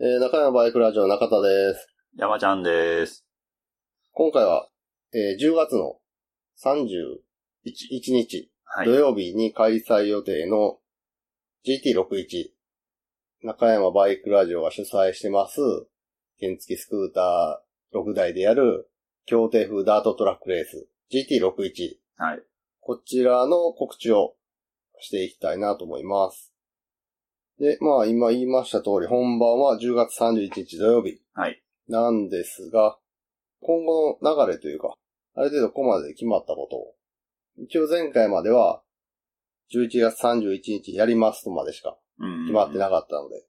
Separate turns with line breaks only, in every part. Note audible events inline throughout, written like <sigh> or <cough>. えー、中山バイクラジオ中田です。
山ちゃんです。
今回は、えー10月の31日、
はい
土。曜日に開催予定の GT61、中山バイクラジオが主催してます、原付スクーター6台でやる、協定風ダートトラックレース、GT61。
はい。
こちらの告知をしていきたいなと思います。で、まあ今言いました通り、本番は10月31日土曜日。
はい。
なんですが、今後の流れというか、ある程度ここまで決まったことを、一応前回までは、11月31日やりますとまでしか
うん。
決まってなかったので、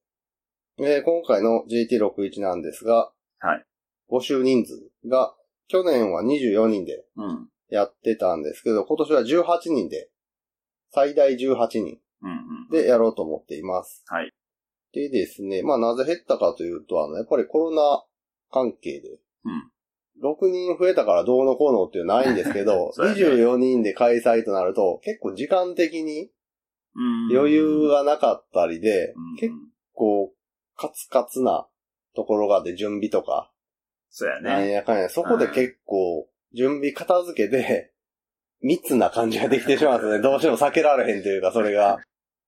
えー今回の GT61 なんですが、
はい
募集人数が、去年は24人で
うん。
やってたんですけど、今年は18人で、最大18人
うん。うん。
でやろうと思っています。
はい。
でですね、まあなぜ減ったかというと、あの、やっぱりコロナ関係で、
うん、
6人増えたからどうのこうのっていうのはないんですけど
<laughs> そうやね
24人で開催となると、結構時間的に
うん
余裕、がなかったりで、
うん
結構カツカツなところがで準備とか、
そうや
なん
ね。
やかんや、そこで結構、準備片付けで、 <laughs> 密な感じができてしまうん
<laughs>
ですね。どうしても避けられへんというか、それが。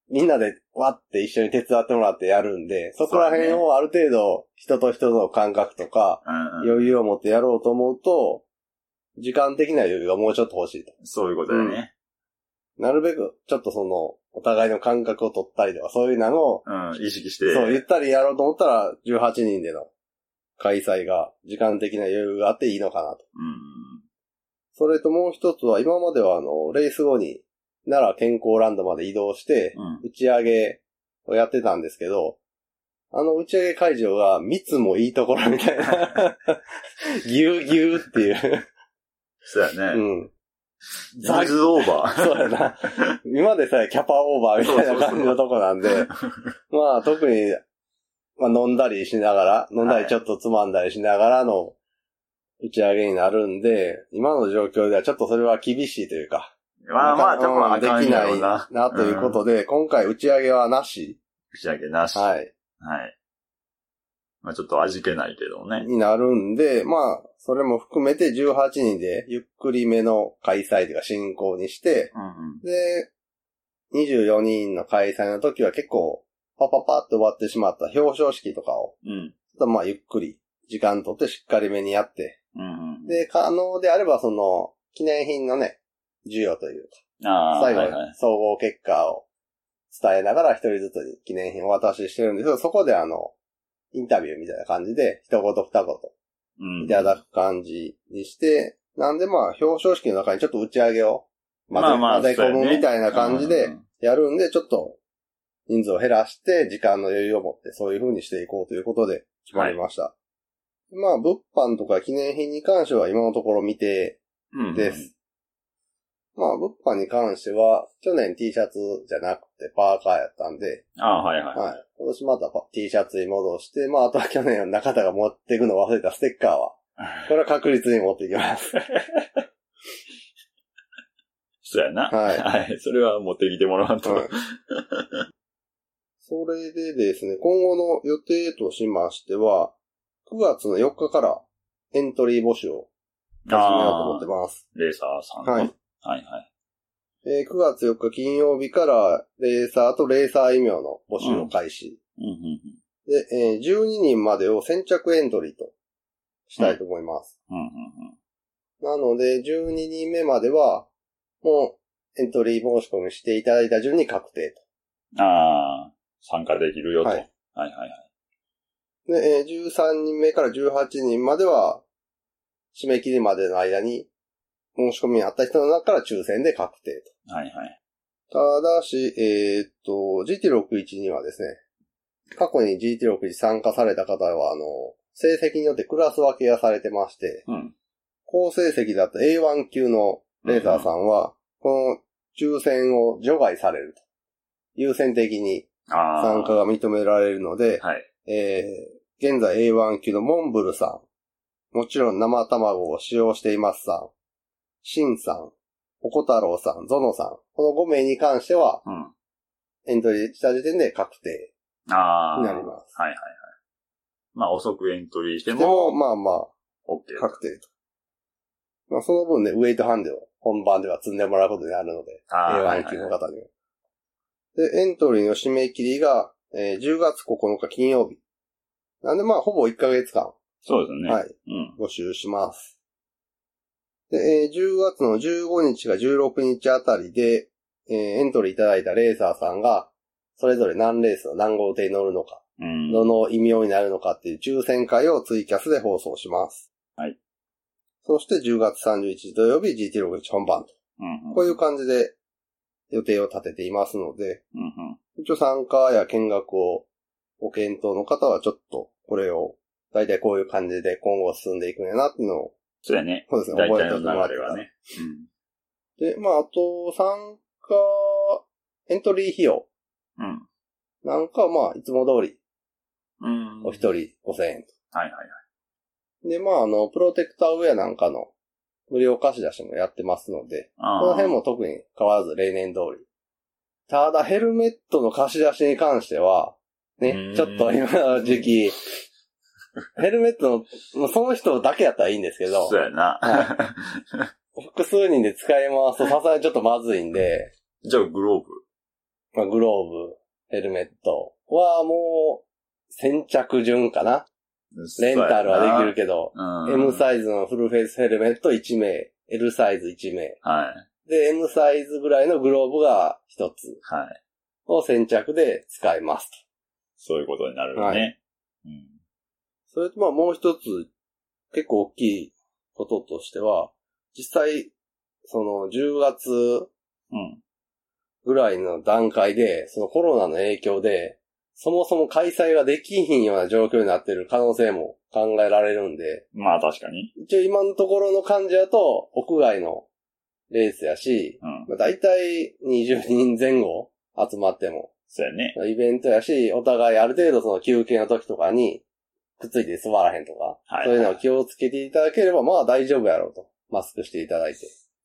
みんなで、わって一緒に手伝ってもらってやるんで、そこら辺をある程度、人と人との感覚とか、
うん。
余裕を持ってやろうと思うと、時間的な余裕がもうちょっと欲しいと。
そういうことだね。
なるべく、ちょっとその、お互いの感覚を取ったりとか、そういうのを、
うん。意識して。
そう、ゆったりやろうと思ったら、18人での開催が、時間的な余裕があっていいのかなと。
うん。
それともう一つは、今まではあの、レース後に、奈良健康ランドまで移動して、
うん。
打ち上げをやってたんですけど、あの打ち上げ会場が密もいいところみたい
<laughs>
な、ぎゅうぎゅうっていう、
そうや
う
ね。
ん。
サイズオ
<laughs>
ーバー。
そうやな。今でさえキャパオーバーみたいな感じのとこなんで、まあ特に、まあ飲んだりしながら、飲んだりちょっとつまんだりしながらの打ち上げになるんで、今の状況ではちょっとそれは厳しいというか、
まあまあ、
な
多分
か
あ
なか
か
で
ん
き
や
な
ろう
い
な。
なということで、今回打ち上げはなし、
打ち上げなし。はい。
はい、
まあちょっと味気ないけどね。
になるんで、まあ、それも含めて18人でゆっくりめの開催というか進行にして、
うんうん。
で、24人の開催の時は結構、パパパって終わってしまった表彰式とかを、
う
ち
ん。
ょっとまあゆっくり時間とってしっかりめにやって、
うんうん。
で、可能であればその、記念品のね、授与という
ああ、は
最
い
後
はい。、
総合結果を伝えながら一人ずつに記念品をお渡ししてるんですけど、そこであの、インタビューみたいな感じで、一言二
う
言
ん
いただく感じにして、なんでまあ表彰式の中にちょっと打ち上げを混ぜ,、混ぜ込むみたいな感じ。
そうや
で
ね
やるんで、ちょっと人数を減らして時間の余裕を持ってそういう風にしていこうということで決まりました。まあ、物販とか記念品に関しては今のところ未定
うんうん。
で
うん
す。まあ、物販に関しては、去年 T シャツじゃなくてパーカーやったんで、
ああ、はいはい。
はい。今年またパ T シャツに戻して、まあ、あとは去年中田が持っていくの忘れたステッカーは、これは確実に持っていきます。
そうやな。
はい
はい。 <laughs> それは持ってきてもらわんと。
うんそれでですね、今後の予定としましては、9月の4日からエントリー募集を始めようと思ってます。
レーサーさんの。
はい
はいはい。
えー9月4日金曜日から、レーサーとレーサー異名の募集を開始。
うんうん
で、えー12人までを先着エントリーとしたいと思います。
うん。うん
なので、12人目までは、もう、エントリー申し込みしていただいた順に確定
うんうん。ああ、参加できるよと。
は
はいいはいはい。
と。で、えー13人目から18人までは、締め切りまでの間に、申し込みにあった人の中から抽選で確定
はいはい。
と。ただし、えーっと、GT61 にはですね、過去に GT61 参加された方は、あの、成績によってクラス分けがされてまして、
うん。
好成績だった A1 級のレーザーさんは、この抽選を除外されると。優先的に
ああ。
参加が認められるので、
はい。
えー、現在 A1 級のモンブルさん、もちろん生卵を使用していますさん、シンさん、おこたろうさん、ゾノさん、この5名に関しては、
うん。
エントリーした時点で確定
ああ。
になります。
はいはい。まあ遅くエントリーして
でも、
も、
まあまあ、
OK。
確定と。まあ、その分ね、ウェイトハンデを本番では積んでもらうことになるので、
あーはい
A1
はい
級の方には。で、エントリーの締め切りが、えー10月9日金曜日。なんでまあ、ほぼ1ヶ月間、
そうですね。
はい、
うん。
募集します。で、えー10月の15日が16日あたりで、えーエントリーいただいたレーサーさんが、それぞれ何レースの何号艇に乗るのか、
うん。
どの異名になるのかっていう抽選会をツイキャスで放送します。
はい。
そして10月31日土曜日 GT61 本番と。
うんうん
こういう感じで予定を立てていますので、
うんうん
一応参加や見学をご検討の方はちょっとこれを、だいたいこういう感じで今後進んでいくんやなっていうのを、
そうやね。
そうですね、
大
覚え
体
てお
の
いてもらっ
流
て
れ
か
は
ら。
ね。
で、まあ、あと、参加、エントリー費用
うん。
なんかはまあ、いつも通り、
うん。うん。
お一人5000円
はいはいはい。
で、まあ、あの、プロテクターウェアなんかの無料貸し出しもやってますので、
あ
こ
ー
の辺も特に変わらず例年通り。ただ、ヘルメットの貸し出しに関しては、
う
ね
ーん、
ちょっと今の時
<laughs>
期、ヘルメットの、まあその人だけやったらいいんですけど
そ、うやな。
複数人で使い回すとさすがにちょっとまずいんで、
じゃあグローブ。
まあ、グローブ、ヘルメットはもう、先着順かなレンタルはできる
け
けど、
ど
M サイズのフルフェイスヘルメット1名、L サイズ1名。
はい。
で、M サイズぐらいのグローブが1つ
はい。
を先着で使います
そういうことになるよね。うん。
と。それとまあもう一つ結構大きいこととしては、実際、その10月
うん。
ぐらいの段階で、そのコロナの影響で、そもそも開催ができひんような状況になってる可能性も考えられるんで、
まあ確かに。
一応今のところの感じだと、屋外のレースやし、
うん。
まあ、大体20人前後集まっても、
そうやね。
イベントやし、お互いある程度その休憩の時とかに、くっついて座らへんとか、
はい
そういうのを気をつけていただければ、まあ大丈夫やろうと。マスクしていただいて。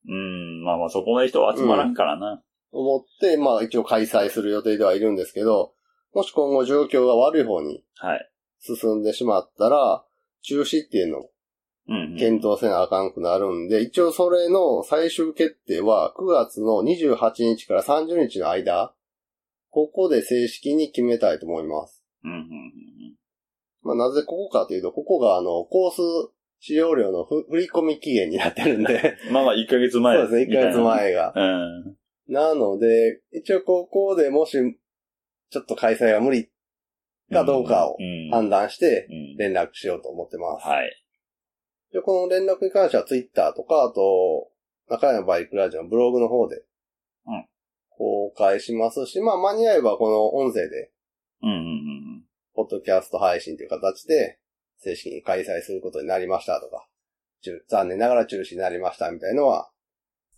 うん。まあまあそこの人は集まらんからな。
思って、まあ一応開催する予定ではいるんですけど、もし今後状況が悪い方に
はい。
進んでしまったら、中止っていうのも
うん。
検討せなあかんくなるんで、一応それの最終決定は9月の28日から30日の間、ここで正式に決めたいと思います。
うん。うん。
まあ、なぜここかというと、ここがあの、コース使用料のふ振り込み期限になってるんで、
うんまあまあ1ヶ月
そ
前。
うですね、1ヶ月。前が。
うん。
なので、一応ここでもし、ちょっと開催が無理かどうかを
うん。
判断して
うん
連絡しようと思ってます。
はい。
で、この連絡に関しては Twitter とか、あと、中山バイクラジオのブログの方で
うん、
公開しますし、まあ間に合えばこの音声で、
うん。うん
ポッドキャスト配信という形で、正式に開催することになりましたとか、中残念ながら中止になりましたみたいのは、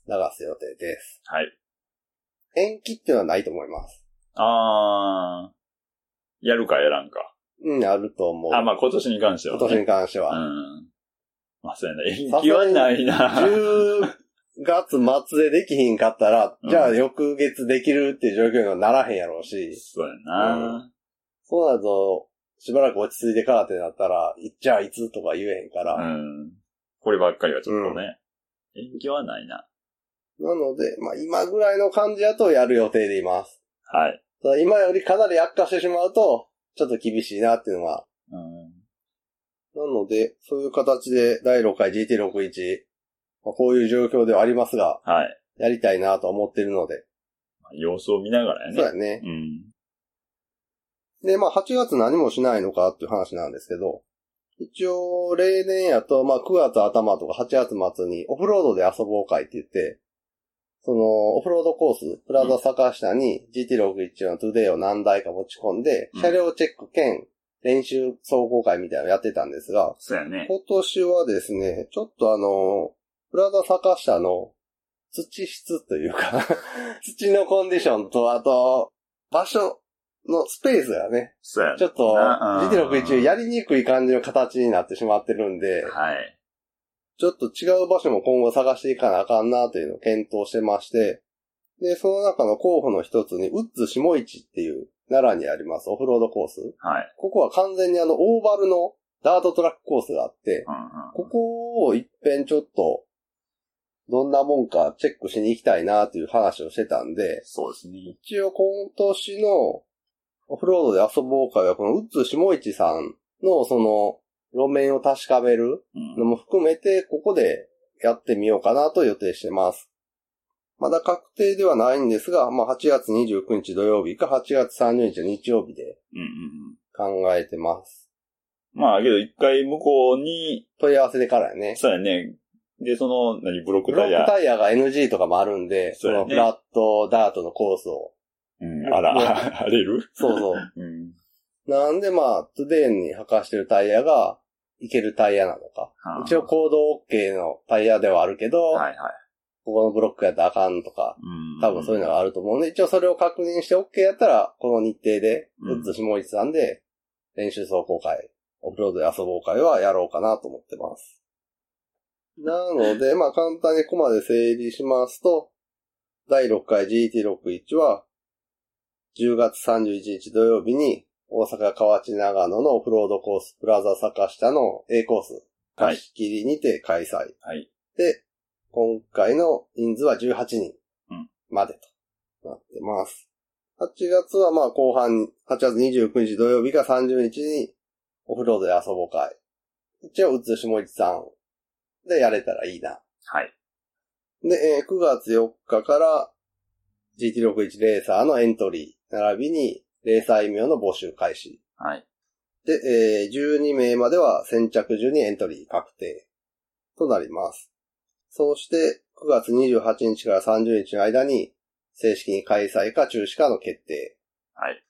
流す予定です。
はい。
延期っていうのはないと思います。
あー。やるかやらんか。
うん、あると思う。
あ、まあ今年に関しては
今
ね。
年に関しては。
うん。まあそうやな。延期はないな。
10月末でできひんかったら、
うん
じゃあ翌月できるっていう状況にはならへんやろうし、
そうやな。
そうなると、しばらく落ち着いてからってなったら、いじゃあいつとか言えへんから、
うん。こればっかりはちょっとね。延期はないな。
なので、まあ今ぐらいの感じだとやる予定でいます。
はい。
ただ今よりかなり悪化してしまうと、ちょっと厳しいなっていうのは。
うん。
なので、そういう形で第6回 GT61、まあこういう状況ではありますが、
はい。
やりたいなと思ってるので。
まあ様子を見ながら
そうや
やね。
ね。
うん。
で、まあ8月何もしないのかっていう話なんですけど、一応、例年やと、まあ9月頭とか8月末にオフロードで遊ぼう会って言って、その、オフロードコース、プラザ坂下に GT61 のトゥデイを何台か持ち込んで、
うん
車両チェック兼練習総合会みたいなのやってたんですが、
そうやね。
今年はですね、ちょっとあの、プラザ坂下の土質というか、 <laughs> 土のコンディションと、あと、場所のスペースがね、
そうや
ちょっと
な、
GT61 やりにくい感じの形になってしまってるんで
うん、はい。
ちょっと違う場所も今後探していかなあかんなというのを検討してまして、で、その中の候補の一つに、ウッズ下市っていう、奈良にありますオフロードコース。
はい。
ここは完全にあの、オーバルのダートトラックコースがあって、
うんうん。
ここを一遍ちょっと、どんなもんかチェックしに行きたいなという話をしてたんで、
そうですね。
一応今年のオフロードで遊ぼう会は、このウッズ下市さんのその、路面を確かめる
うん
のも含めて、ここでやってみようかなと予定してます。まだ確定ではないんですが、まあ8月29日土曜日か8月30日の日曜日で
うんうんうん。
考えてます。
まあ、けど一回向こうに、
問い合わせてからやね。
そうやね。で、その、何、ブロッ
ブ
ク
ロ
タ
ッ
イヤ
ク。タイヤが NG とかもあるんで、そ
そうやね
のフラットダートのコースを。
うん、あら、 <laughs> あれる
そうそう。
<laughs> うん。
なんでまあ、トゥデイに履かしてるタイヤが、いけるタイヤなのか。
はあ
一応行動 OK のタイヤではあるけど、
はいはい。
ここのブロックやったらあかんとか、
うん
多分そういうのがあると思うんで、一応それを確認して OK やったら、この日程で、
うん
うっと下市さんで、練習走行会、オフロードで遊ぼう会はやろうかなと思ってます。なの
<laughs>
で、まあ簡単にここまで整理しますと、第6回 GT61 は、10月31日土曜日に、大阪河内長野のオフロードコースプラザ坂下の A コース、
はい
貸し切りにて開催。
はい
で、今回の人数は18人
うん
までとなってます。8月はまあ後半に、8月29日土曜日か30日にオフロードで遊ぼう会。一応、うつしもいちさんでやれたらいいな。
はい。
で、えー9月4日から GT61 レーサーのエントリー、並びにレーサー異名の募集開始。
はい。
で、えー12名までは先着順にエントリー確定となります。そうして、9月28日から30日の間に、正式に開催か中止かの決定。
はい。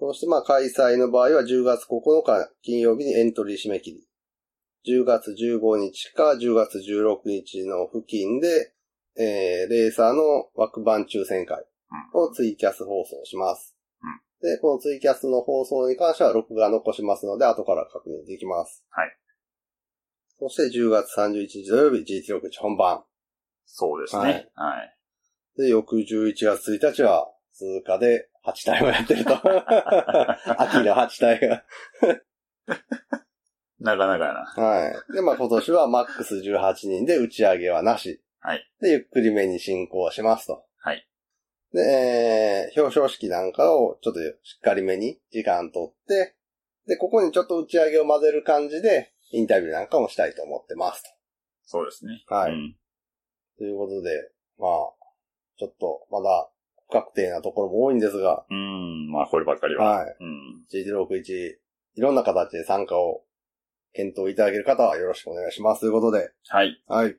そして、まあ、開催の場合は10月9日金曜日にエントリー締め切り。10月15日か10月16日の付近で、えーレーサーの枠番抽選会をツイキャス放送します。で、このツイキャスの放送に関しては録画残しますので、後から確認できます。
はい。
そして10月31日土曜日 GT61 本番。
そうですね。
は
はいい。
で、翌11月1日は通過で8体をやってる
<laughs>
と。秋の8体が。
なかなかやな。
はい。で、まあ今年はマックス18人で打ち上げはなし。
はい。
で、ゆっくりめに進行しますと。
はい。
で、えー表彰式なんかをちょっとしっかりめに時間とって、で、ここにちょっと打ち上げを混ぜる感じで、インタビューなんかもしたいと思ってます
そうですね。
と。はい。
うん
ということで、まあ、ちょっとまだ不確定なところも多いんですが、
うん。まあ、こればっかりは。
はい。
うん。
GT61、いろんな形で参加を検討いただける方はよろしくお願いしますということで、
はい。
はい。